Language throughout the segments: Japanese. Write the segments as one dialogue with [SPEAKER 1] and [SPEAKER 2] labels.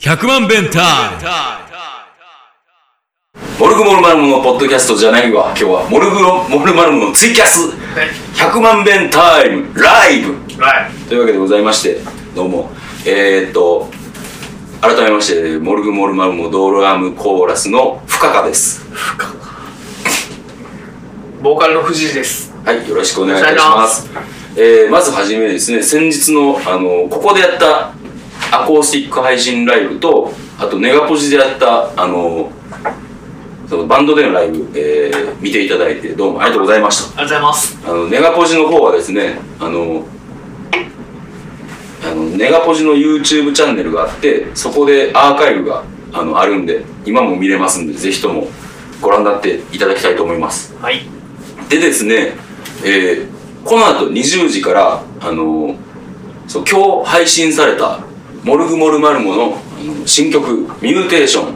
[SPEAKER 1] 100万弁タイ
[SPEAKER 2] モルグモルマルムのポッドキャストじゃないわ今日はモルグモルマルムのツイキャス100万遍タイムライブ
[SPEAKER 3] ライ
[SPEAKER 2] というわけでございましてどうもえー、っと改めましてモルグモルマルムドールアームコーラスのフカカです
[SPEAKER 3] ブボーカルの藤井です
[SPEAKER 2] はいよろしくお願いいたしますえー、まずはじめですね先日のあのここでやったアコースティック配信ライブとあとネガポジでやったあのそのバンドでのライブ、えー見ていただいてどうもありがとうございました
[SPEAKER 3] ありがとうございます
[SPEAKER 2] あのネガポジの方はですねあのあのネガポジの YouTube チャンネルがあってそこでアーカイブがあのあるんで今も見れますんでぜひともご覧になっていただきたいと思います
[SPEAKER 3] はい
[SPEAKER 2] でですね、えーこの後20時からあのそう今日配信された「モルグモルマルモの」あの新曲「ミューテーション」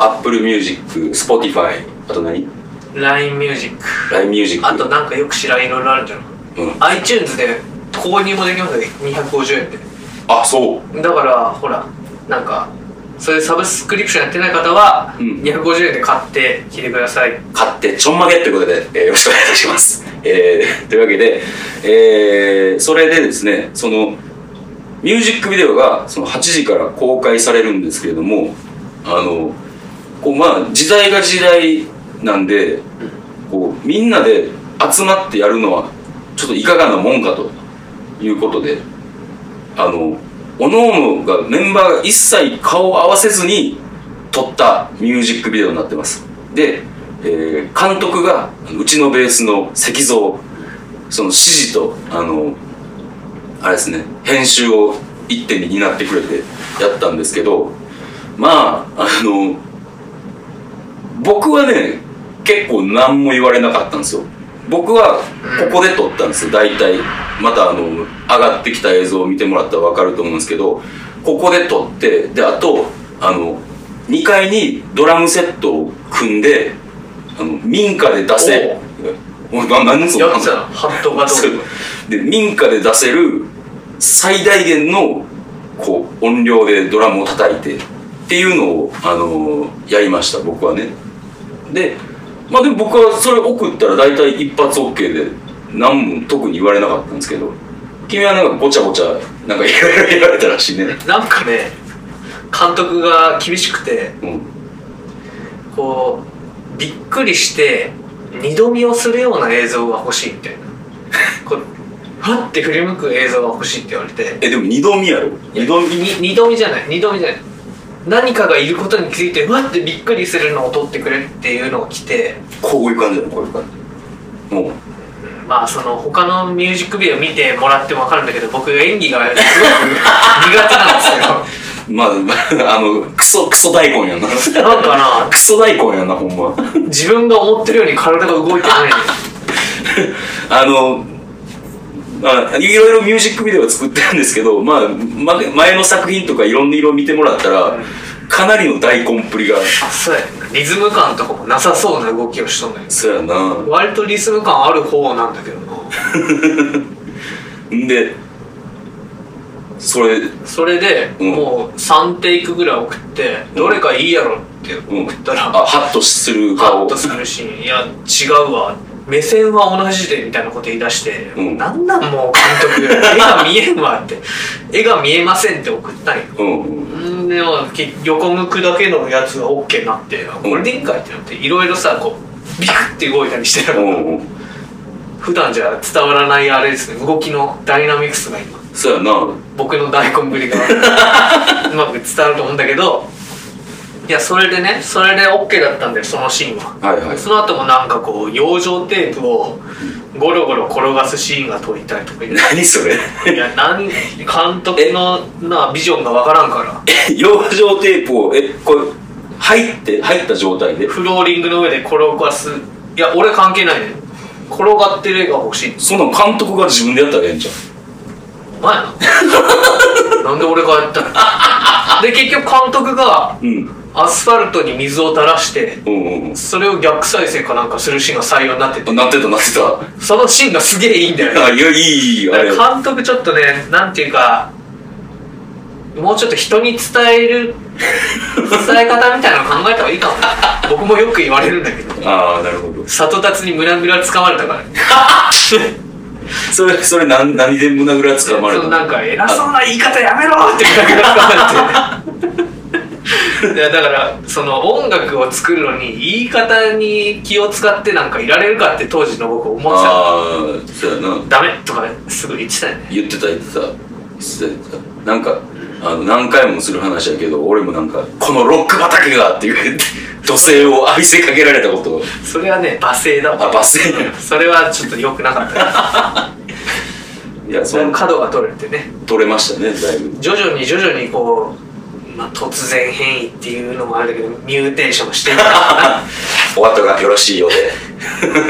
[SPEAKER 2] Apple Music、Spotify、あと何
[SPEAKER 3] LINE ミュージック
[SPEAKER 2] ?LINE Music。
[SPEAKER 3] あとなんかよく知らんいろいろあるんじゃない
[SPEAKER 2] うん、
[SPEAKER 3] iTunes で購入もできますよね250円で
[SPEAKER 2] あ、そう。
[SPEAKER 3] だからほらなんかそういうサブスクリプションやってない方は
[SPEAKER 2] うん
[SPEAKER 3] 250円で買って聴いてください、
[SPEAKER 2] 買ってちょんまげということで、えーよろしくお願いいたします。えーというわけで、えーそれでですね、その、ミュージックビデオがその8時から公開されるんですけれども、あの、こうまあ、時代が時代なんで、こう、みんなで集まってやるのは、ちょっといかがなもんかということで、あの、各々が、メンバーが一切顔を合わせずに撮ったミュージックビデオになってます。で、えー監督があのうちのベースの石像その指示とあのあれですね編集を一手に担ってくれてやったんですけどまああの僕はね結構何も言われなかったんですよ僕はここで撮ったんですよ大体またあの上がってきた映像を見てもらったら分かると思うんですけどここで撮ってであとあの2階にドラムセットを組んであの民家で出せお ななんでそんな
[SPEAKER 3] やってたのハットがど
[SPEAKER 2] そう
[SPEAKER 3] う
[SPEAKER 2] で民家で出せる最大限のこう音量でドラムを叩いてっていうのを、あのーやりました僕はねでまあでも僕はそれ送ったら大体一発 OK で何も特に言われなかったんですけど君はなんかごちゃごちゃなんかいろいろ言われたらしいね、
[SPEAKER 3] なんかね監督が厳しくて
[SPEAKER 2] うん、
[SPEAKER 3] こうびっくりして二度見をするような映像が欲しいみたいなこうふわって振り向く映像が欲しいって言われて
[SPEAKER 2] えでも二度見やろ
[SPEAKER 3] いや
[SPEAKER 2] 二度見
[SPEAKER 3] に二度見じゃない二度見じゃない何かがいることに気づいてふわってびっくりするのを撮ってくれっていうのを来て
[SPEAKER 2] こういう感じだよこういう感じもう
[SPEAKER 3] まあその他のミュージックビデオ見てもらっても分かるんだけど僕演技がすごく苦手なんです
[SPEAKER 2] まああのクソクソ大根やな
[SPEAKER 3] けどなんかな
[SPEAKER 2] クソ大根やなほんま
[SPEAKER 3] 自分が思ってるように体が動いてない
[SPEAKER 2] あの、まあ、いろいろミュージックビデオを作ってるんですけど、まあ、ま前の作品とかいろんな色見てもらったら、かなりの大根っぷりが、
[SPEAKER 3] そうやねリズム感とかもなさそうな動きをしとんのよ
[SPEAKER 2] そうやな。
[SPEAKER 3] 割とリズム感ある方なんだけどなん
[SPEAKER 2] で、それ、
[SPEAKER 3] それで
[SPEAKER 2] うん
[SPEAKER 3] もう3テイクぐらい送ってどれかいいやろって送ったら
[SPEAKER 2] あ、ハ
[SPEAKER 3] ハ
[SPEAKER 2] ッとする顔。
[SPEAKER 3] ッとするしいや違うわ目線は同じでみたいなこと言い出して「
[SPEAKER 2] うん
[SPEAKER 3] なんなんもう監督絵が見えんわ」って「絵が見えません」って送ったんよ
[SPEAKER 2] うんうん。
[SPEAKER 3] んでもけ横向くだけのやつが OK になってあこれでいいんかいってなっていろいろさこうビクって動いたりしてた
[SPEAKER 2] う
[SPEAKER 3] から
[SPEAKER 2] んうん。
[SPEAKER 3] 普段じゃ伝わらないあれですね動きのダイナミクスが今
[SPEAKER 2] そうやな。
[SPEAKER 3] 僕の大根ぶりが うまく伝わると思うんだけどいやそれでねそれで OK だったんだよそのシーンは、
[SPEAKER 2] はいはい
[SPEAKER 3] その後もなんかこう養生テープをゴロゴロ転がすシーンが撮りたいとか言う
[SPEAKER 2] 何それ
[SPEAKER 3] いやなん監督のなビジョンがわからんから
[SPEAKER 2] 養生テープを、え、これ、入って、入った状態で。
[SPEAKER 3] フローリングの上で転がすいや俺関係ないね転がってる絵が欲しい
[SPEAKER 2] そんなん監督が自分でやったらええんじゃん。
[SPEAKER 3] お 前やななんで俺がやったので結局監督が
[SPEAKER 2] うん。
[SPEAKER 3] アスファルトに水を垂らして
[SPEAKER 2] うんうん
[SPEAKER 3] それを逆再生かなんかするシーンが採用になって
[SPEAKER 2] う
[SPEAKER 3] て
[SPEAKER 2] ん。なってた、なってた。
[SPEAKER 3] そのシーンがすげえいいんだよね
[SPEAKER 2] あ、いや、いい、いい、あれ。
[SPEAKER 3] 監督ちょっとねなんていうかもうちょっと人に伝える伝え方みたいなの考えた方がいいかも僕もよく言われるんだけど
[SPEAKER 2] ああ、なるほど。
[SPEAKER 3] 里達に胸ぐらつかまれたからね
[SPEAKER 2] それ、それ、なん、何で胸ぐらつかまれ
[SPEAKER 3] その
[SPEAKER 2] た
[SPEAKER 3] なんか偉そうな言い方やめろって胸ぐらつかまれていやだからその音楽を作るのに言い方に気を使ってなんかいられるかって当時の僕思って
[SPEAKER 2] あ
[SPEAKER 3] た
[SPEAKER 2] あ、そうやな。
[SPEAKER 3] ダメとかすぐ言ってたよね
[SPEAKER 2] 言ってた、言ってた。言ってた、言ってた。なんか、あの、何回もする話やけど、俺もなんか、このロック畑がって言って、 土星を浴びせかけられたこと。
[SPEAKER 3] それはね罵声だ
[SPEAKER 2] あ、
[SPEAKER 3] わ
[SPEAKER 2] 罰せ。
[SPEAKER 3] それはちょっと良くなかったね
[SPEAKER 2] いや、そ
[SPEAKER 3] その
[SPEAKER 2] の、
[SPEAKER 3] 角が取れてね
[SPEAKER 2] 取れましたね、だいぶ。
[SPEAKER 3] 徐々に徐々にこう、まあ、突然変異っていうのもあるんだけどミューテーションしていったのか
[SPEAKER 2] お後がよろしいようで。
[SPEAKER 3] な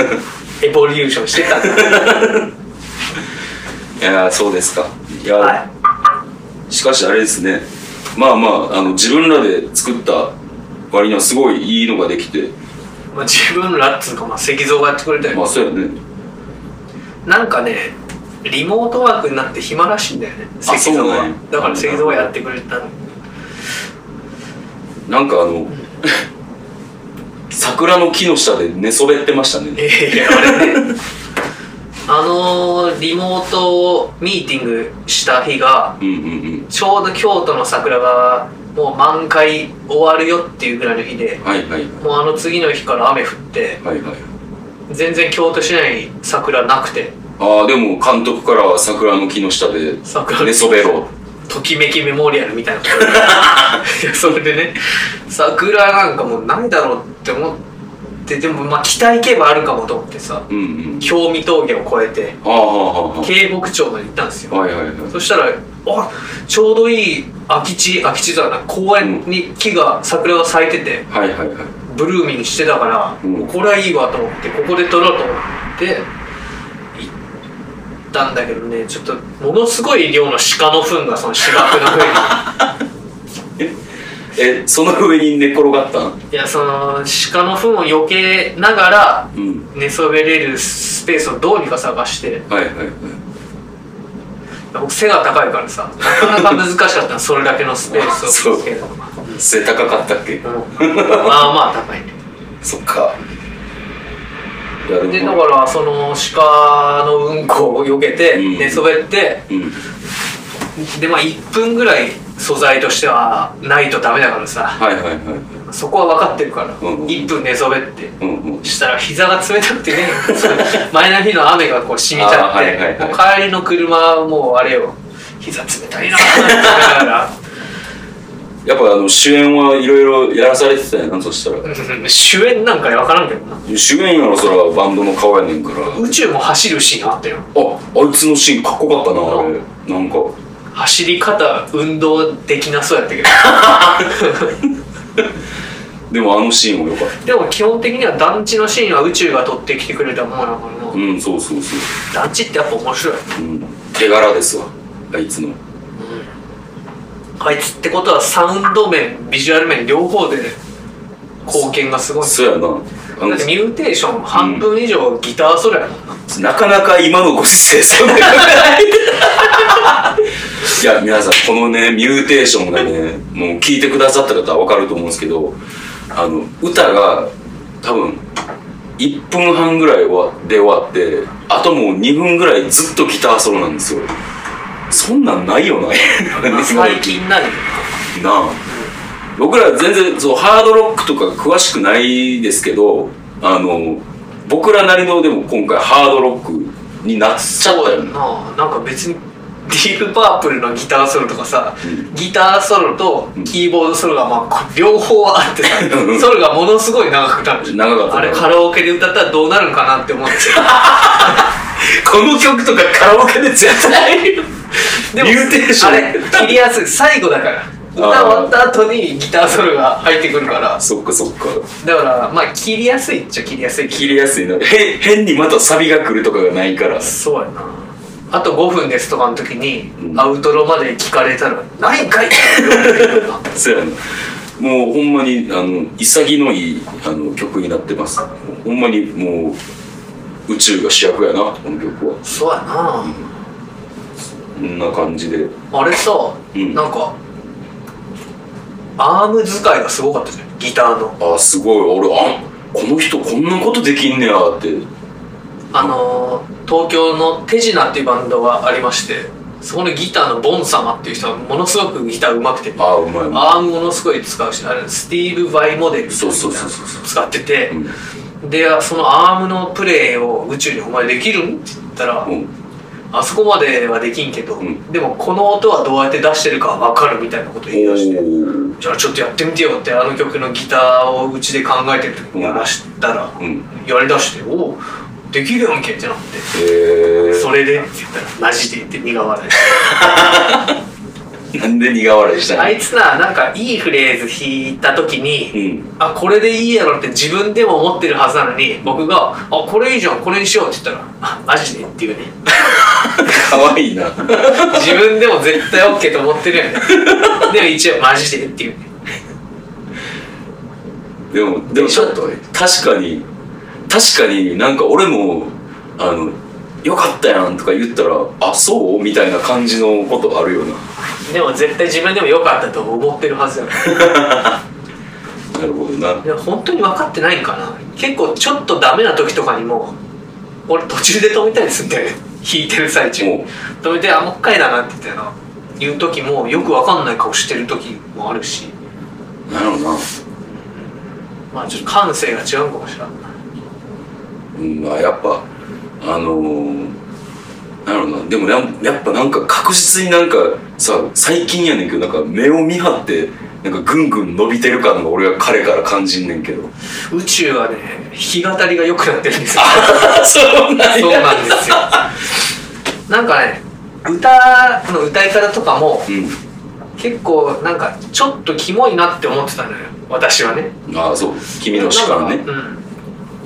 [SPEAKER 3] エボリューションしていったんだ
[SPEAKER 2] いやーそうですかいや、
[SPEAKER 3] は
[SPEAKER 2] しかしあれですねまあまああの自分らで作った割にはすごいいいのができて
[SPEAKER 3] い、まあ、自分らっつうか、まあ、石像がやってくれたり、
[SPEAKER 2] まあそうやね
[SPEAKER 3] なんかねリモートワークになって暇らしいんだよね
[SPEAKER 2] あ
[SPEAKER 3] 石像
[SPEAKER 2] そうな
[SPEAKER 3] は、
[SPEAKER 2] んや
[SPEAKER 3] だから石像はやってくれたの
[SPEAKER 2] なんかあの桜の木の下で寝そべってましたね
[SPEAKER 3] ええいやあれねあのーリモートミーティングした日が
[SPEAKER 2] うんうん
[SPEAKER 3] ちょうど京都の桜がもう満開終わるよっていうぐらいの日で
[SPEAKER 2] うんはいはい
[SPEAKER 3] もうあの次の日から雨降って
[SPEAKER 2] はいはい
[SPEAKER 3] 全然京都市内桜なくて
[SPEAKER 2] ああでも監督からは桜の木の下で
[SPEAKER 3] 桜
[SPEAKER 2] 寝そべろ
[SPEAKER 3] ときめきメモリアルみたいなこと いやそれでね桜なんかもうないだろうって思ってでもまあ北行けばあるかもと思ってさ
[SPEAKER 2] ううんうん
[SPEAKER 3] 京見峠を越えて
[SPEAKER 2] ああは
[SPEAKER 3] 京北町まで行ったんです
[SPEAKER 2] あ
[SPEAKER 3] よ
[SPEAKER 2] はいはいはい
[SPEAKER 3] そしたらあちょうどいい空き地空き地だな公園に木が桜が咲いてて
[SPEAKER 2] はいはいはい
[SPEAKER 3] ブルーミンしてたから、
[SPEAKER 2] うん
[SPEAKER 3] これはいいわと思ってここで撮ろうと思って行ったんだけどねちょっとものすごい量の鹿の糞がその芝生の 上に
[SPEAKER 2] えその上に寝転がったん
[SPEAKER 3] いやその鹿の糞を避けながら
[SPEAKER 2] うん
[SPEAKER 3] 寝そべれるスペースをどうにか探して
[SPEAKER 2] はいはいはい
[SPEAKER 3] 僕背が高いからさなかなか難しかっ たのそれだけのスペースを見つけるのが
[SPEAKER 2] 背高かったっけ
[SPEAKER 3] うんまあまあ高いね
[SPEAKER 2] そっか。いや
[SPEAKER 3] で
[SPEAKER 2] で
[SPEAKER 3] だ
[SPEAKER 2] も、
[SPEAKER 3] からその鹿のうんこを避けて
[SPEAKER 2] うん
[SPEAKER 3] 寝そべって、
[SPEAKER 2] うん。
[SPEAKER 3] でまあ1分ぐらい素材としてはないとダメだからさ
[SPEAKER 2] はいはいはい。
[SPEAKER 3] そこは分かってるから、
[SPEAKER 2] うん
[SPEAKER 3] 1分寝そべって
[SPEAKER 2] うんうん。
[SPEAKER 3] したら膝が冷たくてね そう前の日の雨がこう染みちゃって、
[SPEAKER 2] あーはいはいはい
[SPEAKER 3] もう帰りの車はもうあれよ膝冷たいなーって思いながら
[SPEAKER 2] やっぱあの主演はいろいろやらされてたやん、そしたら。
[SPEAKER 3] うん 主演なんか分からんけどな
[SPEAKER 2] 主演やろ、そらバンドの顔やねんから。あ、
[SPEAKER 3] 宇宙も走るシーンあったよ
[SPEAKER 2] あいつのシーンかっこよかったな、あれ。なんか。
[SPEAKER 3] 走り方運動できなそうやったけど
[SPEAKER 2] でもあのシーンもよかった。
[SPEAKER 3] でも基本的には団地のシーンは宇宙が撮ってきてくれたものだからな
[SPEAKER 2] うん、そうそうそ。
[SPEAKER 3] 団地ってやっぱ面白いう
[SPEAKER 2] うん。手柄ですわ、あいつの。
[SPEAKER 3] あいつってことはサウンド面ビジュアル面両方で貢献がすごい
[SPEAKER 2] そうやな。あ
[SPEAKER 3] だってミ
[SPEAKER 2] の
[SPEAKER 3] ューテーション半分以上ギターソロやもんな、
[SPEAKER 2] なかなか今のご時世そ んないや皆さんこのねミューテーションがねもう聞いてくださった方は分かると思うんですけどあの歌が多分1分半ぐらいはで終わってあともう2分ぐらいずっとギターソロなんですよそんなんないよな
[SPEAKER 3] まあ最近なるよ
[SPEAKER 2] なあ僕ら全然そうハードロックとか詳しくないですけどあの僕らなりのでも今回ハードロックになっちゃったよ
[SPEAKER 3] な
[SPEAKER 2] ね
[SPEAKER 3] なんか別にディープパープルのギターソロとかさ、
[SPEAKER 2] うん
[SPEAKER 3] ギターソロとキーボードソロがまあこう両方あってさ、
[SPEAKER 2] うん
[SPEAKER 3] ソロがものすごい長くなる
[SPEAKER 2] 長かった
[SPEAKER 3] あれカラオケで歌ったらどうなるんかなって 思って
[SPEAKER 2] この曲とかカラオケで絶対
[SPEAKER 3] でも
[SPEAKER 2] ミューテーション
[SPEAKER 3] あれ切りやすい最後だから歌終わった後にギターソロが入ってくるから
[SPEAKER 2] そっかそっか
[SPEAKER 3] だからまあ切りやすいっちゃ切りやすいけど
[SPEAKER 2] 切りやすいなへ変にまたサビが来るとかがないから
[SPEAKER 3] そうやなあと5分ですとかの時に、
[SPEAKER 2] うん
[SPEAKER 3] アウトロまで聞かれたら「何回!」って言われてるよな
[SPEAKER 2] そうやなもうほんまにあの潔いあの曲になってますほんまにもう宇宙が主役やなこの曲は
[SPEAKER 3] そうやな
[SPEAKER 2] こんな感じで
[SPEAKER 3] あれさ、
[SPEAKER 2] ん
[SPEAKER 3] なんかアーム使いがすごかったじゃんギターの
[SPEAKER 2] ああすごい俺あこの人こんなことできんねやって
[SPEAKER 3] あのー東京の手品っていうバンドがありましてそこのギターのボン様っていう人はものすごくギターうまくて
[SPEAKER 2] ああうまいうまい
[SPEAKER 3] アームものすごい使うしあれスティーブ・バイモデルみたいな
[SPEAKER 2] そうそうそうそう
[SPEAKER 3] 使ってて
[SPEAKER 2] うん
[SPEAKER 3] でそのアームのプレーを宇宙にお前できるんって言ったら、
[SPEAKER 2] うん
[SPEAKER 3] あそこまではできんけど、
[SPEAKER 2] ん
[SPEAKER 3] でもこの音はどうやって出してるかわかるみたいなこと言い出して
[SPEAKER 2] お
[SPEAKER 3] じゃあちょっとやってみてよってあの曲のギターをうちで考えてる時にやらしたら、
[SPEAKER 2] うん
[SPEAKER 3] やりだしておおできるやんけってなって。
[SPEAKER 2] え
[SPEAKER 3] それでって言ったらマジで言って苦笑い
[SPEAKER 2] ー、なんで苦笑いした
[SPEAKER 3] あ
[SPEAKER 2] の
[SPEAKER 3] いつななんかいいフレーズ弾いた時に、
[SPEAKER 2] うん
[SPEAKER 3] あこれでいいやろって自分でも思ってるはずなのに僕が「あこれいいじゃんこれにしよう」って言ったら「あマジで?」っていうね
[SPEAKER 2] 可愛いな
[SPEAKER 3] 自分でも絶対 OK と思ってるやんでも一応「マジで?」っていうね
[SPEAKER 2] でもでも
[SPEAKER 3] ちょっと
[SPEAKER 2] 確かに確かになんか俺もあのよかったやんとか言ったらあそうみたいな感じのことあるよな
[SPEAKER 3] でも絶対自分でも良かったと思ってるは ずやん
[SPEAKER 2] なるほどない
[SPEAKER 3] や本当に分かってないんかな結構ちょっとダメな時とかにも俺途中で止めたりするんだよね弾いてる最中
[SPEAKER 2] おう
[SPEAKER 3] 止めて「あもう一回だな」って言ってな言う時もよく分かんない顔してる時もあるし
[SPEAKER 2] なるほどな
[SPEAKER 3] まあちょっと感性が違うかもしれない
[SPEAKER 2] うんまあやっぱあのー、なるほどなでもなんやっぱなんか確実になんかさ最近やねんけどなんか目を見張ってなんかぐんぐん伸びてる感が俺は彼から感じんねんけど
[SPEAKER 3] 宇宙はね弾き語りが良くなってるんですよ
[SPEAKER 2] そう なん
[SPEAKER 3] そう
[SPEAKER 2] や
[SPEAKER 3] なんですよなんかね歌の歌い方とかも
[SPEAKER 2] う
[SPEAKER 3] 結構なんかちょっとキモいなって思ってたのよ私はね
[SPEAKER 2] んああそう君の主観ね
[SPEAKER 3] うん、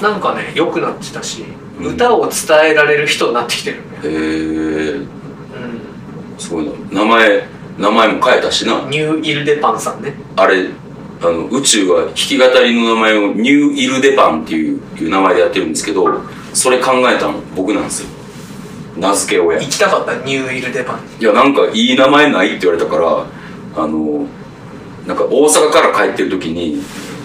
[SPEAKER 3] なんかね良くなってたし、
[SPEAKER 2] うん
[SPEAKER 3] 歌を伝えられる人になってきてるね、
[SPEAKER 2] へえー、
[SPEAKER 3] う、
[SPEAKER 2] すごいな名前名前も変えたしなん
[SPEAKER 3] ニュー・イルデパンさんね
[SPEAKER 2] あれあの宇宙は弾き語りの名前をニュー・イルデパンっていういう名前でやってるんですけどそれ考えたの僕なんですよ名付け親
[SPEAKER 3] 行きたかったニュー・イルデパン
[SPEAKER 2] いやなんかいい名前ないって言われたからあのなんか大阪から帰ってる時に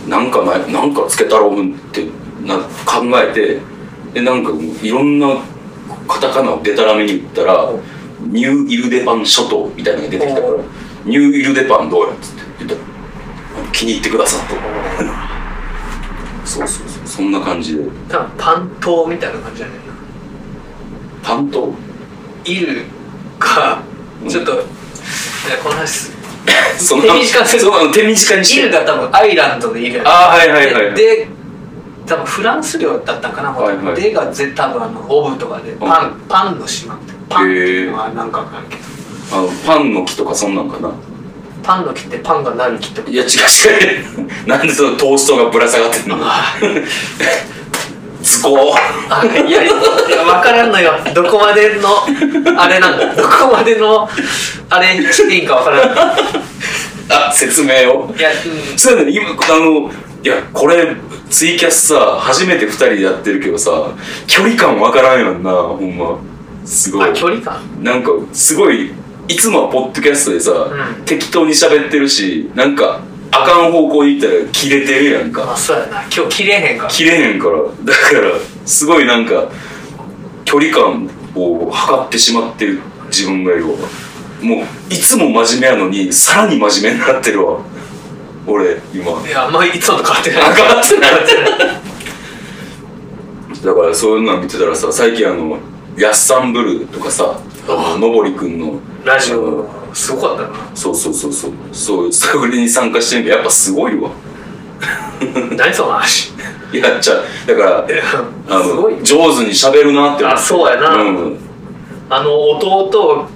[SPEAKER 2] なんかないなんかつけたろうってな考えてでなんかもういろんなカタカナをでたらめに言ったら
[SPEAKER 3] うん
[SPEAKER 2] 「ニューイルデパン諸島」みたいなのが出てきたから
[SPEAKER 3] うん
[SPEAKER 2] 「ニューイルデパンどうや?」っつって言ったらあ「気に入ってくださ」とそうそうそうそんな感じで
[SPEAKER 3] 多分パン島みたいな感じじゃない
[SPEAKER 2] 担当
[SPEAKER 3] イルが
[SPEAKER 2] うん
[SPEAKER 3] ちょっと、いやこの話す
[SPEAKER 2] その
[SPEAKER 3] 手短に
[SPEAKER 2] そうあの手短にし
[SPEAKER 3] イ
[SPEAKER 2] て
[SPEAKER 3] ルが多分アイランドでイルやね
[SPEAKER 2] ああはいはいはいはい
[SPEAKER 3] で多分フランス領だったんかな、
[SPEAKER 2] はいはい
[SPEAKER 3] でがぜ多分あのオブとかでパン、パンの島ってパンっていうのはなんかわかんないけど
[SPEAKER 2] あのパンの木とかそんなんかな
[SPEAKER 3] パンの木ってパンがなる木ってこと
[SPEAKER 2] いや違う違う なんでそのトーストがぶら下がってんの
[SPEAKER 3] あ
[SPEAKER 2] 図工
[SPEAKER 3] あいやいやいや分からんのよどこまでのあれなんだどこまでのあれしていいんか分からん
[SPEAKER 2] あ説明を
[SPEAKER 3] いや、
[SPEAKER 2] そうやね今あのいやこれツイキャスさ初めて2人でやってるけどさ距離感わからんやんなほんます
[SPEAKER 3] うん、
[SPEAKER 2] ごい
[SPEAKER 3] あ距離感
[SPEAKER 2] なんかすごいいつもはポッドキャストでさ、
[SPEAKER 3] うん
[SPEAKER 2] 適当に喋ってるしなんかあかん方向に行ったら切れてるやんか
[SPEAKER 3] あそうやな今日切れへんから
[SPEAKER 2] 切れへんからだからすごいなんか距離感を測ってしまってる自分がいるわもういつも真面目やのにさらに真面目になってるわ俺今
[SPEAKER 3] いやあんまりいつもと変わってない
[SPEAKER 2] 変わってない
[SPEAKER 3] ってない
[SPEAKER 2] だからそういうの見てたらさ最近あの「やっさんブルー」とかさあののぼりくんの
[SPEAKER 3] ラジ
[SPEAKER 2] あの
[SPEAKER 3] オすごかった
[SPEAKER 2] そうそうそうそうそうそれに参加してるけどやっぱすごいわ
[SPEAKER 3] な何その話
[SPEAKER 2] いやっちゃだから
[SPEAKER 3] いや
[SPEAKER 2] あ
[SPEAKER 3] すごい
[SPEAKER 2] の上手に喋るなって思って
[SPEAKER 3] あそうやな
[SPEAKER 2] うん、
[SPEAKER 3] あの弟を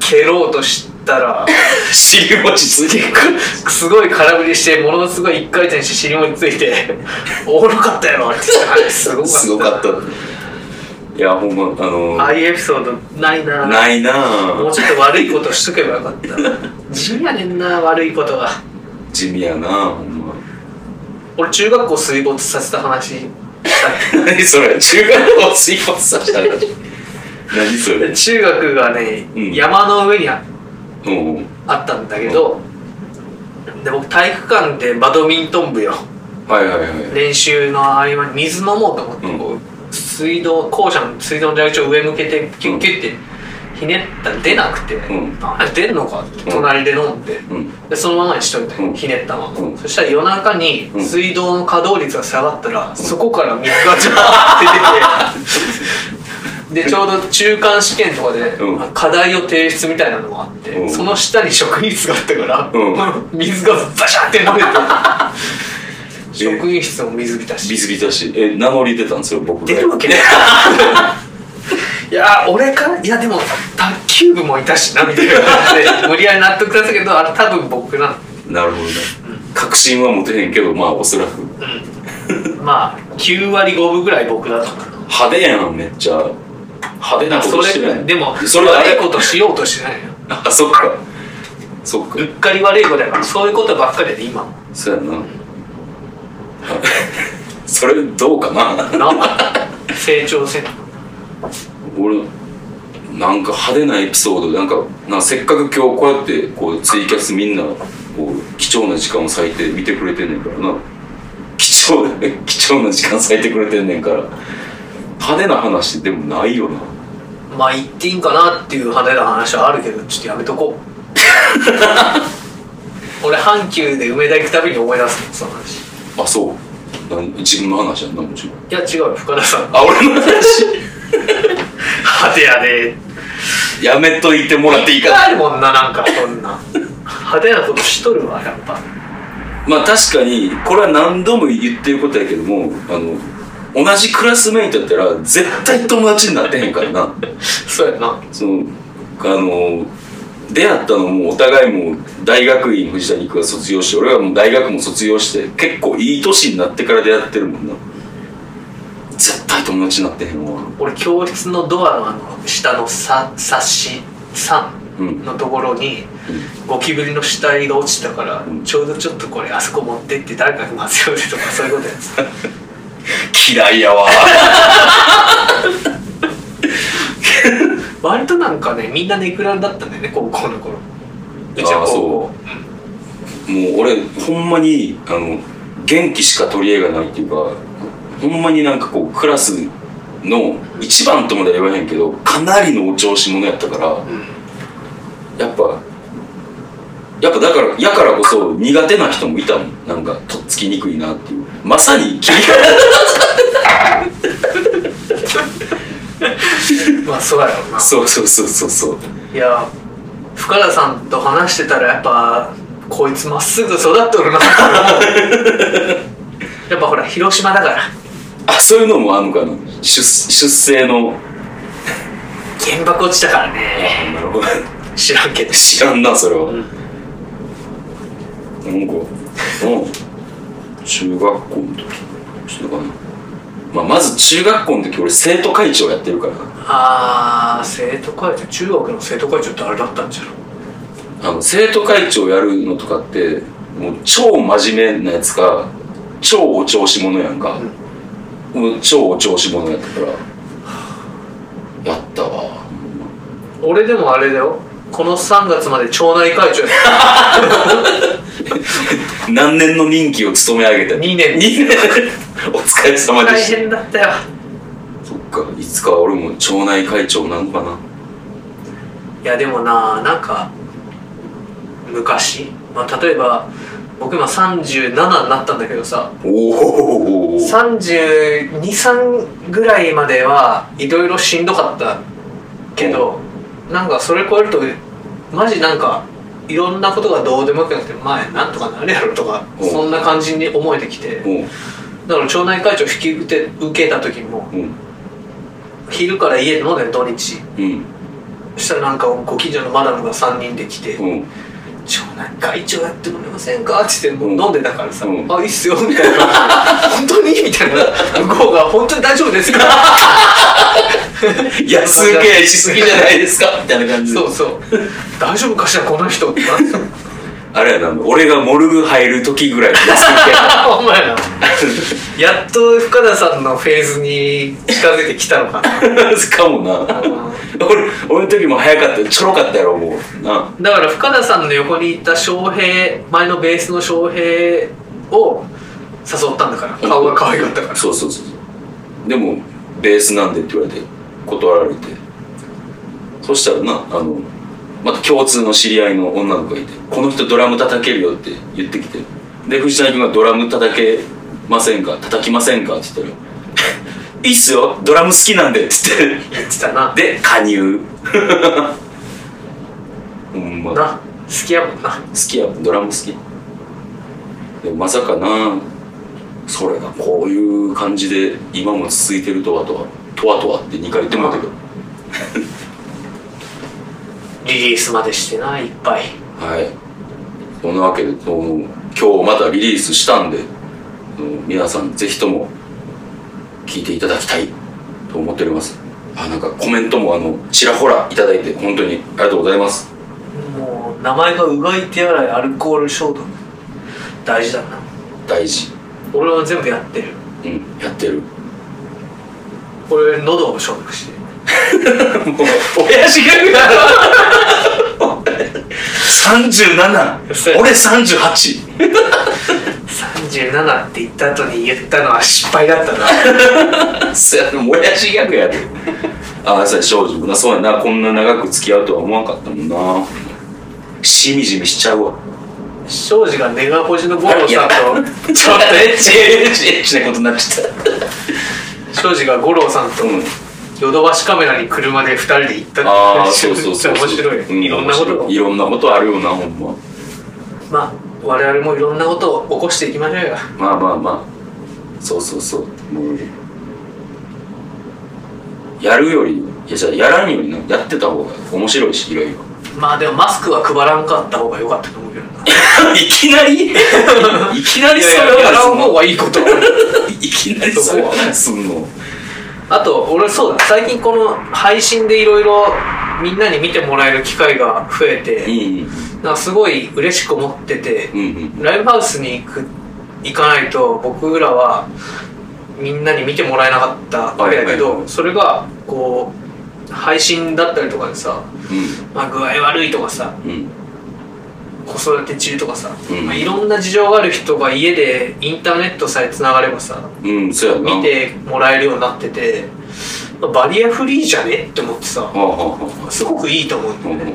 [SPEAKER 3] 蹴ろうとしたら
[SPEAKER 2] 尻餅ついてく
[SPEAKER 3] すごい空振りしてものすごい一回転して尻もついて おもろかったやろって言ったらすごかった
[SPEAKER 2] すごかったいやほんまあの
[SPEAKER 3] ああいうエピソードないな
[SPEAKER 2] ないな
[SPEAKER 3] もう
[SPEAKER 2] ぁ
[SPEAKER 3] ちょっと悪いことしとけばよかった地味やねんな悪いことが
[SPEAKER 2] 地味やなほんま
[SPEAKER 3] 俺中学校水没させた話
[SPEAKER 2] 何それ中学校水没させたら何それ
[SPEAKER 3] 中学がね、
[SPEAKER 2] うん
[SPEAKER 3] 山の上にあ
[SPEAKER 2] うん
[SPEAKER 3] あったんだけど、で僕体育館でバドミントン部よ
[SPEAKER 2] はいはいはい
[SPEAKER 3] 練習の合間に水飲もうと思って、
[SPEAKER 2] うん
[SPEAKER 3] こう水道校舎の水道の蛇口を上向けてキュッキュッてひねったら出なくて、
[SPEAKER 2] ん
[SPEAKER 3] あれ出んのかって隣で飲んで、
[SPEAKER 2] うん
[SPEAKER 3] でそのままにしといて、
[SPEAKER 2] うん
[SPEAKER 3] ひねったまま、
[SPEAKER 2] うん
[SPEAKER 3] そしたら夜中に
[SPEAKER 2] うん
[SPEAKER 3] 水道の稼働率が下がったら、そこから水がジャーって出てでちょうど中間試験とかで、
[SPEAKER 2] うん
[SPEAKER 3] 課題を提出みたいなのがあって、
[SPEAKER 2] うん
[SPEAKER 3] その下に職員室があったから、
[SPEAKER 2] う
[SPEAKER 3] 水がバシャって 飲めて職員室も水浸し
[SPEAKER 2] 水浸しえ名乗り出たんですよ僕が
[SPEAKER 3] 出るわけねいや俺かいやでも卓球部もいたしなみたいな感じで無理やり納得させたけどあれ多分僕なの
[SPEAKER 2] なるほどね確信は持てへんけどまあおそらく
[SPEAKER 3] まあ9割5分ぐらい僕だったかな
[SPEAKER 2] 派手やんめっちゃ派手なことして
[SPEAKER 3] そ
[SPEAKER 2] な
[SPEAKER 3] れ
[SPEAKER 2] い
[SPEAKER 3] でも
[SPEAKER 2] それあ
[SPEAKER 3] 悪
[SPEAKER 2] れ
[SPEAKER 3] いことしようとしてないよ
[SPEAKER 2] あそっかそっか
[SPEAKER 3] うっかり悪いことやからそういうことばっかりで今も
[SPEAKER 2] そうやなそれどうかな
[SPEAKER 3] なんか成長せん
[SPEAKER 2] 俺なんか派手なエピソードなんかなんかせっかく今日こうやってこうツイキャスみんなこう貴重な時間を割いて見てくれてんねんからな貴重貴重な時間割いてくれてんねんから派手な話でもないよな
[SPEAKER 3] まあ言っていいんかなっていう派手な話はあるけどちょっとやめとこう俺阪急で梅田行くたびに思い出すのその話
[SPEAKER 2] あそうなん自分の話やんなもちろん
[SPEAKER 3] いや違うよ深田さん
[SPEAKER 2] あ俺の話
[SPEAKER 3] 派手やで
[SPEAKER 2] やめといてもらっていいかな
[SPEAKER 3] あるもんななんかそんな派手なことしとるわやっぱ
[SPEAKER 2] まあ確かにこれは何度も言ってることやけどもあの同じクラスメイトやったら絶対友達になってへんからな
[SPEAKER 3] そうやな
[SPEAKER 2] そのあの出会ったのもお互いも大学院藤田陸が卒業して俺はもう大学も卒業して結構いい年になってから出会ってるもんな絶対友達になってへんわ
[SPEAKER 3] 俺教室のドアのあの下のさ冊子3のところに、ゴキブリの死体が落ちたから、
[SPEAKER 2] ん
[SPEAKER 3] ちょうどちょっとこれあそこ持ってって誰かに混ぜようぜとかそういうことやつ
[SPEAKER 2] 嫌いやわ
[SPEAKER 3] 割となんかねみんなネクランだったんだよね高校の頃うち
[SPEAKER 2] あ
[SPEAKER 3] は
[SPEAKER 2] あ
[SPEAKER 3] 高
[SPEAKER 2] そ
[SPEAKER 3] 校
[SPEAKER 2] うもう俺ほんまにあの元気しか取り柄がないっていうかほんまになんかこうクラスの一番とまでは言わへんけどかなりのお調子者やったから、やっぱやっぱだからやからこそ苦手な人もいたもんなんかとっつきにくいなっていうまさに 君が
[SPEAKER 3] まあそうやろうな
[SPEAKER 2] そうそうそうそうそう
[SPEAKER 3] いや深田さんと話してたらやっぱこいつまっすぐ育っと るなって思うやっぱほら広島だから
[SPEAKER 2] あそういうのもあんのかな出出生の
[SPEAKER 3] 原爆落ちたからね
[SPEAKER 2] あなるほど
[SPEAKER 3] 知らんけど
[SPEAKER 2] 知らんなそれは、な
[SPEAKER 3] ん
[SPEAKER 2] んかうん中学校の時ちょっとかな、まあ、まず中学校の時俺生徒会長やってるから
[SPEAKER 3] ああ生徒会長中学の生徒会長ってあれだったんじゃろ
[SPEAKER 2] あの生徒会長やるのとかってもう超真面目なやつか超お調子者やんか、もう超お調子者やったからやったわ
[SPEAKER 3] 俺でもあれだよこの3月まで町内会長やっ
[SPEAKER 2] 何年の任期を務め上げた
[SPEAKER 3] 二年
[SPEAKER 2] 2年お疲れ
[SPEAKER 3] た
[SPEAKER 2] 様で
[SPEAKER 3] 大
[SPEAKER 2] した
[SPEAKER 3] 変だったよ
[SPEAKER 2] そっかいつかは俺も町内会長なのかない
[SPEAKER 3] やでもななんか昔、まあ、例えば僕今37になったんだけどさ
[SPEAKER 2] おお
[SPEAKER 3] 323ぐらいまではいろいろしんどかったけど、なんかそれ超えるとマジなんかいろんなことがどうでもよくなくて前なんとかなるやろとか、
[SPEAKER 2] うん
[SPEAKER 3] そんな感じに思えてきて、
[SPEAKER 2] うん
[SPEAKER 3] だから町内会長引き受けて受けた時も
[SPEAKER 2] うん
[SPEAKER 3] 昼から家で飲んでる土日
[SPEAKER 2] うん
[SPEAKER 3] そしたらなんかご近所のマダムが3人で来て「
[SPEAKER 2] うん
[SPEAKER 3] 町内会長やってもらえませんか?」っつってもう
[SPEAKER 2] うん
[SPEAKER 3] 飲んでたからさ「
[SPEAKER 2] うん
[SPEAKER 3] あいいっすよ」みたいな 「本当に?」みたいな向こうが「本当に大丈夫ですか?」
[SPEAKER 2] 安請 けしすぎじゃないですかみたいな感じで
[SPEAKER 3] そうそう大丈夫かしらこの人ってなってた
[SPEAKER 2] あれやな、俺がモルグ入る時ぐらいのやつみたいな
[SPEAKER 3] お前らやっと深田さんのフェーズに近づいてきたのか な
[SPEAKER 2] かもな。俺、俺の時も早かったよちょろかったやろ、もう。な
[SPEAKER 3] だから深田さんの横にいた翔平前のベースの翔平を誘ったんだから顔が可愛かったから
[SPEAKER 2] そうそうそうそう。でも、ベースなんでって言われて、断られて。そしたらな、あの、また共通の知り合いの女の子がいて、この人ドラム叩けるよって言ってきて。で、藤谷君がドラム叩けませんか叩きませんかって言ったら、 いいっすよ、ドラム好きなんでって言って。
[SPEAKER 3] 言ってたな
[SPEAKER 2] で加入 ほんま好
[SPEAKER 3] な好きやもんな
[SPEAKER 2] きやドラム好きでもまさかなそれがこういう感じで今も続いてるとはとはとはとはって2回言ってもらったけど
[SPEAKER 3] リリースまでしてないっぱい
[SPEAKER 2] はいそんなわけでその今日またリリースしたんでその皆さんぜひとも聞いていただきたいと思っておりますあなんかコメントもあのちらほらいただいて本当にありがとうございます
[SPEAKER 3] もう名前がうがい手洗いアルコール消毒大事だな
[SPEAKER 2] 大事
[SPEAKER 3] 俺は全部やってる
[SPEAKER 2] うんやってる
[SPEAKER 3] 俺喉を消毒してる
[SPEAKER 2] もう親父が言うな37俺38
[SPEAKER 3] 37って言った後に言ったのは失敗だったな
[SPEAKER 2] そやもう親父ギャグやでああそうや少女もなそうやなこんな長く付き合うとは思わんかったもんなしみじみしちゃうわ
[SPEAKER 3] 庄司がネガポジの五郎さんとち
[SPEAKER 2] ち
[SPEAKER 3] ょ
[SPEAKER 2] ょ
[SPEAKER 3] っ
[SPEAKER 2] っ
[SPEAKER 3] と
[SPEAKER 2] とエ
[SPEAKER 3] エ
[SPEAKER 2] ッ
[SPEAKER 3] ッ
[SPEAKER 2] チ
[SPEAKER 3] チ
[SPEAKER 2] エッチエッチなことになっちゃった
[SPEAKER 3] 庄司が五郎さんと
[SPEAKER 2] うん
[SPEAKER 3] ヨドバシカメラに車で二人で行ったって
[SPEAKER 2] ああそうそうそうそう
[SPEAKER 3] 面白い、
[SPEAKER 2] うん
[SPEAKER 3] いろんなこと
[SPEAKER 2] 面白
[SPEAKER 3] を
[SPEAKER 2] いいろんなことあるよなほんま
[SPEAKER 3] まあ我々もいろんなことを起こしていきましょうよ
[SPEAKER 2] まあまあまあそうそうそうもうやるよりいやじゃあやらんよりなやってた方が面白いしいろいろ
[SPEAKER 3] まあでもマスクは配らんかった方が良かったと思うけどない
[SPEAKER 2] きなり いきなりそれ
[SPEAKER 3] いやいやや
[SPEAKER 2] は
[SPEAKER 3] らん方
[SPEAKER 2] の
[SPEAKER 3] がいいこと
[SPEAKER 2] いきなりそれはすんの
[SPEAKER 3] あと俺そうだ最近この配信でいろいろみんなに見てもらえる機会が増え
[SPEAKER 2] う
[SPEAKER 3] て、
[SPEAKER 2] ん
[SPEAKER 3] なんかすごい嬉しく思ってて、
[SPEAKER 2] うんうん
[SPEAKER 3] ライブハウスに行く行かないと僕らはみんなに見てもらえなかったわけだけど、
[SPEAKER 2] はいはいはい
[SPEAKER 3] それがこう配信だったりとかでさ、まあ、具合悪いとかさ
[SPEAKER 2] うんうん
[SPEAKER 3] 子育て中とかさ、
[SPEAKER 2] うん
[SPEAKER 3] まあ、いろんな事情がある人が家でインターネットさえつながればさ
[SPEAKER 2] うんそうやな
[SPEAKER 3] 見てもらえるようになってて、まあバリアフリーじゃねって思ってさ
[SPEAKER 2] はあはあは
[SPEAKER 3] すごくいいと思うん
[SPEAKER 2] あうん
[SPEAKER 3] だよ
[SPEAKER 2] う
[SPEAKER 3] ね、
[SPEAKER 2] ん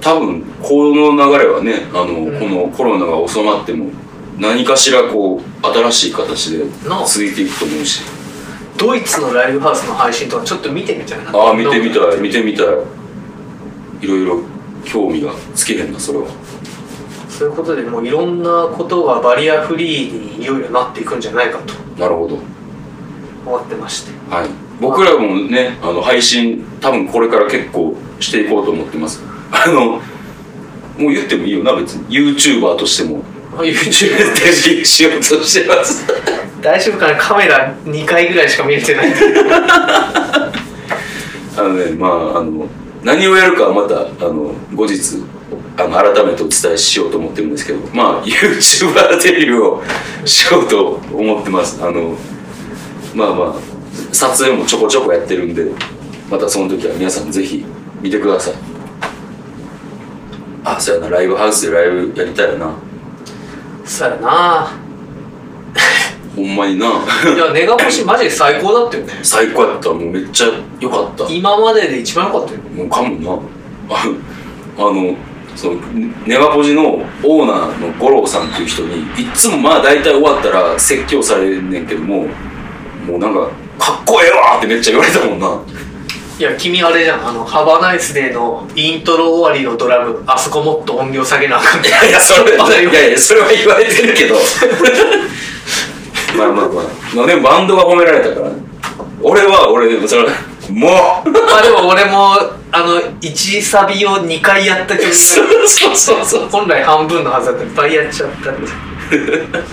[SPEAKER 2] 多分この流れはねあの、
[SPEAKER 3] ん
[SPEAKER 2] このコロナが収まっても何かしらこう新しい形で
[SPEAKER 3] なあ
[SPEAKER 2] 続いていくと思うし
[SPEAKER 3] ドイツのライブハウスの配信とかちょっと見てみたいな
[SPEAKER 2] ああ見てみたい見てみたいいろいろ興味がつけへんなそれは
[SPEAKER 3] そういうことでもういろんなことがバリアフリーにいよいよなっていくんじゃないかと
[SPEAKER 2] なるほど
[SPEAKER 3] 思ってまして
[SPEAKER 2] はい、僕らもねあの配信多分これから結構していこうと思ってますあのもう言ってもいいよな別に YouTuber として も
[SPEAKER 3] YouTube
[SPEAKER 2] デビューしようとしてます
[SPEAKER 3] 大丈夫かなカメラ2回ぐらいしか見れてない
[SPEAKER 2] あのねまああの何をやるかはまたあの後日あの改めてお伝えしようと思ってるんですけどまあ YouTuber デビューをしようと思ってますあのまあまあ撮影もちょこちょこやってるんでまたその時は皆さんぜひ見てくださいあそうやなライブハウスでライブやりたいよな
[SPEAKER 3] そうやな
[SPEAKER 2] ほんまにない
[SPEAKER 3] やネガポシマジで最高だったよね
[SPEAKER 2] 最高やったもうめっちゃ良かった
[SPEAKER 3] 今までで一番良かったよね
[SPEAKER 2] もうかもな あのあのそのネガポジのオーナーの五郎さんっていう人にいっつもまあ大体終わったら説教されんねんけどももうなんか「かっこええわ!」ってめっちゃ言われたもんない
[SPEAKER 3] や君あれじゃんあの「ハバナイスデー」のイントロ終わりのドラムあそこもっと音量下げなあ かんね
[SPEAKER 2] いやいやそれいやいやそれは言われてるけどまあまあまあ、まあ、でもバンドが褒められたからね俺は俺でもそれはもう
[SPEAKER 3] まあでも俺もあの1サビを2回やった曲
[SPEAKER 2] そうそうそうそう
[SPEAKER 3] 本来半分のはずだったのいっぱいやっちゃったって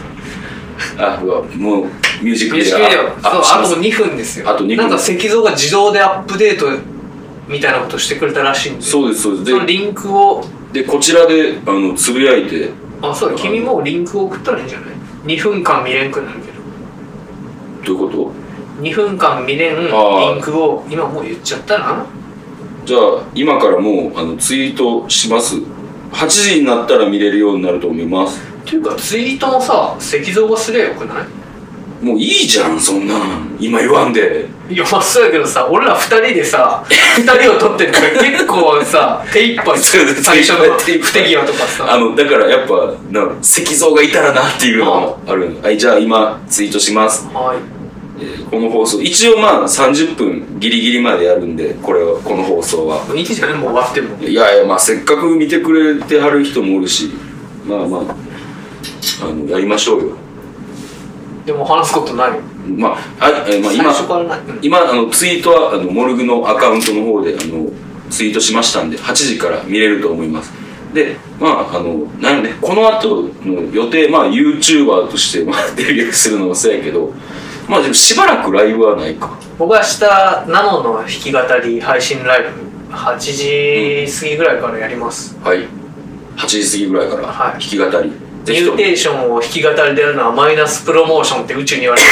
[SPEAKER 2] あうわもうミュージック
[SPEAKER 3] ミ
[SPEAKER 2] ビ
[SPEAKER 3] ュージ
[SPEAKER 2] デ
[SPEAKER 3] ッ
[SPEAKER 2] オ
[SPEAKER 3] クビデオそう
[SPEAKER 2] アップし
[SPEAKER 3] あ
[SPEAKER 2] ます
[SPEAKER 3] と2分ですよ
[SPEAKER 2] あと2分
[SPEAKER 3] なんか石像が自動でアップデートみたいなことしてくれたらしいんで
[SPEAKER 2] そうですそうです
[SPEAKER 3] そのリンクを
[SPEAKER 2] でこちらであのつぶやいて
[SPEAKER 3] あそうだ君もうリンク送ったらいいんじゃない2分間見れんくなるけど
[SPEAKER 2] どういうこ
[SPEAKER 3] 2分間見れんリ
[SPEAKER 2] ー
[SPEAKER 3] ンクを今もう言っちゃったな
[SPEAKER 2] とじゃあ今からもうあのツイートします8時になったら見れるようになると思います
[SPEAKER 3] っていうかツイートもさ石像がすればよくない
[SPEAKER 2] もういいじゃんそんなん今言わんで
[SPEAKER 3] いやまあそうやけどさ俺ら2人でさ2人を撮ってるから結構さ手一杯
[SPEAKER 2] そうだね
[SPEAKER 3] 最初の
[SPEAKER 2] 手一杯
[SPEAKER 3] 不手際とか
[SPEAKER 2] あ
[SPEAKER 3] さ
[SPEAKER 2] のだからやっぱな石像がいたらなっていうのもあるはいじゃあ今ツイートします
[SPEAKER 3] はい
[SPEAKER 2] えーこの放送一応まあ30分ギリギリまでやるんでこれはこの放送は
[SPEAKER 3] もういいじゃないもう終わっても
[SPEAKER 2] いやいやまあせっかく見てくれてはる人もおるしまあまああのやりましょうよ
[SPEAKER 3] でも話すことない
[SPEAKER 2] まあ、あえーまあ
[SPEAKER 3] 最
[SPEAKER 2] 今
[SPEAKER 3] 初からないうん
[SPEAKER 2] 今あのツイートはあのモルグのアカウントの方であのツイートしましたんで8時から見れると思いますでまああのなんでこの後の予定まあ YouTuber として、まあ、 デビューするのもそうやけどまあでもしばらくライブはないか
[SPEAKER 3] 僕は明日ナノの弾き語り配信ライブ8時過ぎぐらいからやります、
[SPEAKER 2] はい8時過ぎぐらいから
[SPEAKER 3] は
[SPEAKER 2] 弾
[SPEAKER 3] い
[SPEAKER 2] き語り、ぜ
[SPEAKER 3] ミ
[SPEAKER 2] ひと
[SPEAKER 3] ュー
[SPEAKER 2] も
[SPEAKER 3] テーションを弾き語りでやるのはマイナスプロモーションって宇宙に言われて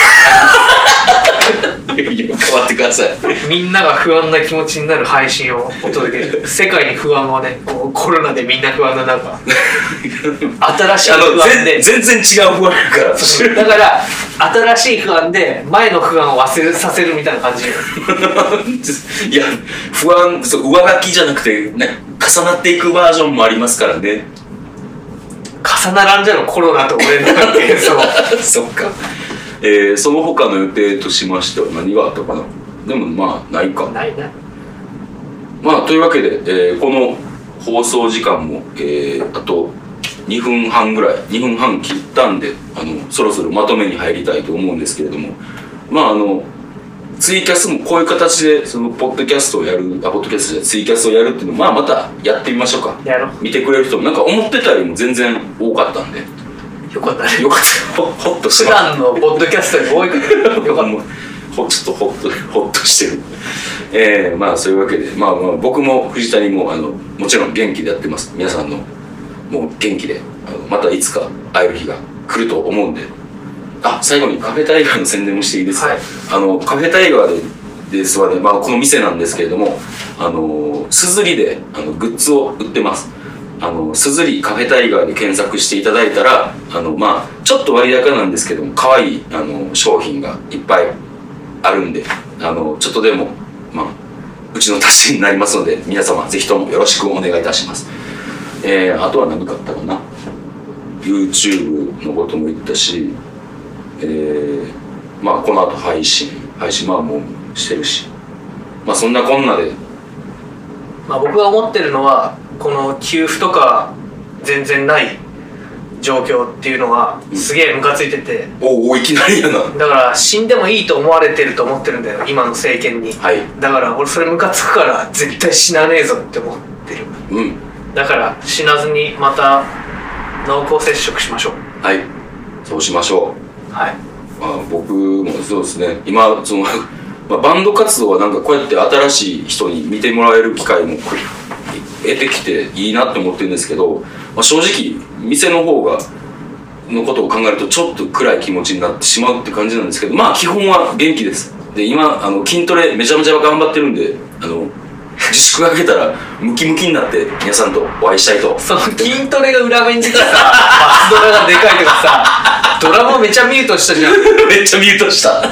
[SPEAKER 2] いや変わってください
[SPEAKER 3] るみんなが不安な気持ちになる配信をお届けする世界に不安をねこうコロナでみんな不安の中新し い
[SPEAKER 2] あの
[SPEAKER 3] 不安
[SPEAKER 2] 全
[SPEAKER 3] で
[SPEAKER 2] 全然違う不安や から
[SPEAKER 3] だから新しい不安で前の不安を忘れさせるみたいな感じ
[SPEAKER 2] いや不安そう上書きじゃなくてね重なっていくバージョンもありますからね
[SPEAKER 3] 重ならんじゃろコロナと俺の関係そう
[SPEAKER 2] そっか、えー、その他の予定としましては何があったかなでもまあないか
[SPEAKER 3] ないない
[SPEAKER 2] まあというわけで、えーこの放送時間も、えーあと2分半ぐらい2分半切ったんであのそろそろまとめに入りたいと思うんですけれどもまああのツイキャスもこういう形でそのポッドキャストをやるあポッドキャストじゃないツイキャストをやるっていうのをまあまたやってみましょうか
[SPEAKER 3] やろう
[SPEAKER 2] 見てくれる人もなんか思ってたよりも全然多かったんで よ
[SPEAKER 3] よかったね
[SPEAKER 2] かったほほっとし
[SPEAKER 3] 普
[SPEAKER 2] ました
[SPEAKER 3] 段のポッドキャストより多いからよかっ
[SPEAKER 2] もうほちょっとほっとほっとしてるえー、まあそういうわけでまあまあ僕も藤谷もあのもちろん元気でやってます皆さんのもう元気であのまたいつか会える日が来ると思うんであ最後にカフェタイガーの宣伝もしていいですか、
[SPEAKER 3] はい
[SPEAKER 2] あのカフェタイガーでですはね、まあ、この店なんですけれどもあのすずりであのグッズを売ってますあのすずりカフェタイガーで検索していただいたらあのまあちょっと割高なんですけども可愛いあの商品がいっぱいあるんであのちょっとでもまあうちの足しになりますので皆様ぜひともよろしくお願いいたしますえー、あとは何かあったかな YouTube のことも言ったしえー、まあこの後配信配信まあもうしてるしまあそんなこんなで
[SPEAKER 3] た、まあ、僕が思ってるのはこの給付とか全然ない状況っていうのはすげえムカついてて
[SPEAKER 2] おおいきなりやなは
[SPEAKER 3] だから死んでもいいと思われてると思ってるんだよ今の政権に
[SPEAKER 2] い
[SPEAKER 3] だから俺それムカつくから絶対死なねえぞって思ってる
[SPEAKER 2] うん
[SPEAKER 3] だから死なずにまた濃厚接触しましょう
[SPEAKER 2] はいそうしましょ、
[SPEAKER 3] はいう
[SPEAKER 2] まあ、僕もそうですね今その、 まあ、バンド活動はなんかこうやって新しい人に見てもらえる機会も得てきていいなって思ってるんですけど、まあ、正直店の方がのことを考えるとちょっと暗い気持ちになってしまうって感じなんですけどまあ基本は元気ですで今あの筋トレめちゃめちゃ頑張ってるんであの自粛が明けたらムキムキになって皆さんとお会いしたいと
[SPEAKER 3] その筋トレが裏面に出たさ バスドラがでかいとかさドラマめちゃミュートしたじゃん
[SPEAKER 2] めっちゃミュートした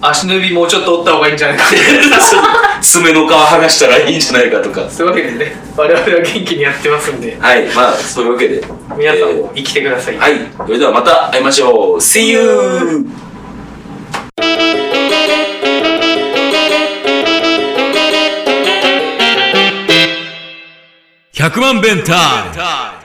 [SPEAKER 3] 足の指もうちょっと折った方がいいんじゃないか
[SPEAKER 2] 爪の皮剥がしたらいいんじゃないかとか
[SPEAKER 3] そういうわけでね我々は元気にやってますんで
[SPEAKER 2] はいまあそういうわけで
[SPEAKER 3] 皆さん
[SPEAKER 2] え
[SPEAKER 3] も生きてください、
[SPEAKER 2] ーはいそれではまた会いましょう See you!
[SPEAKER 1] !100 万弁タイム